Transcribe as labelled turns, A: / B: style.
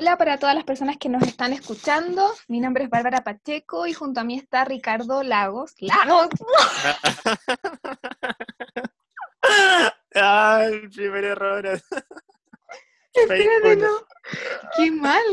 A: Hola para todas las personas que nos están escuchando. Mi nombre es Bárbara Pacheco y junto a mí está Ricardo Lagos. ¡Lagos!
B: ah, el primer error.
A: Espérate,
B: Facebook.
A: no. ¡Qué mal!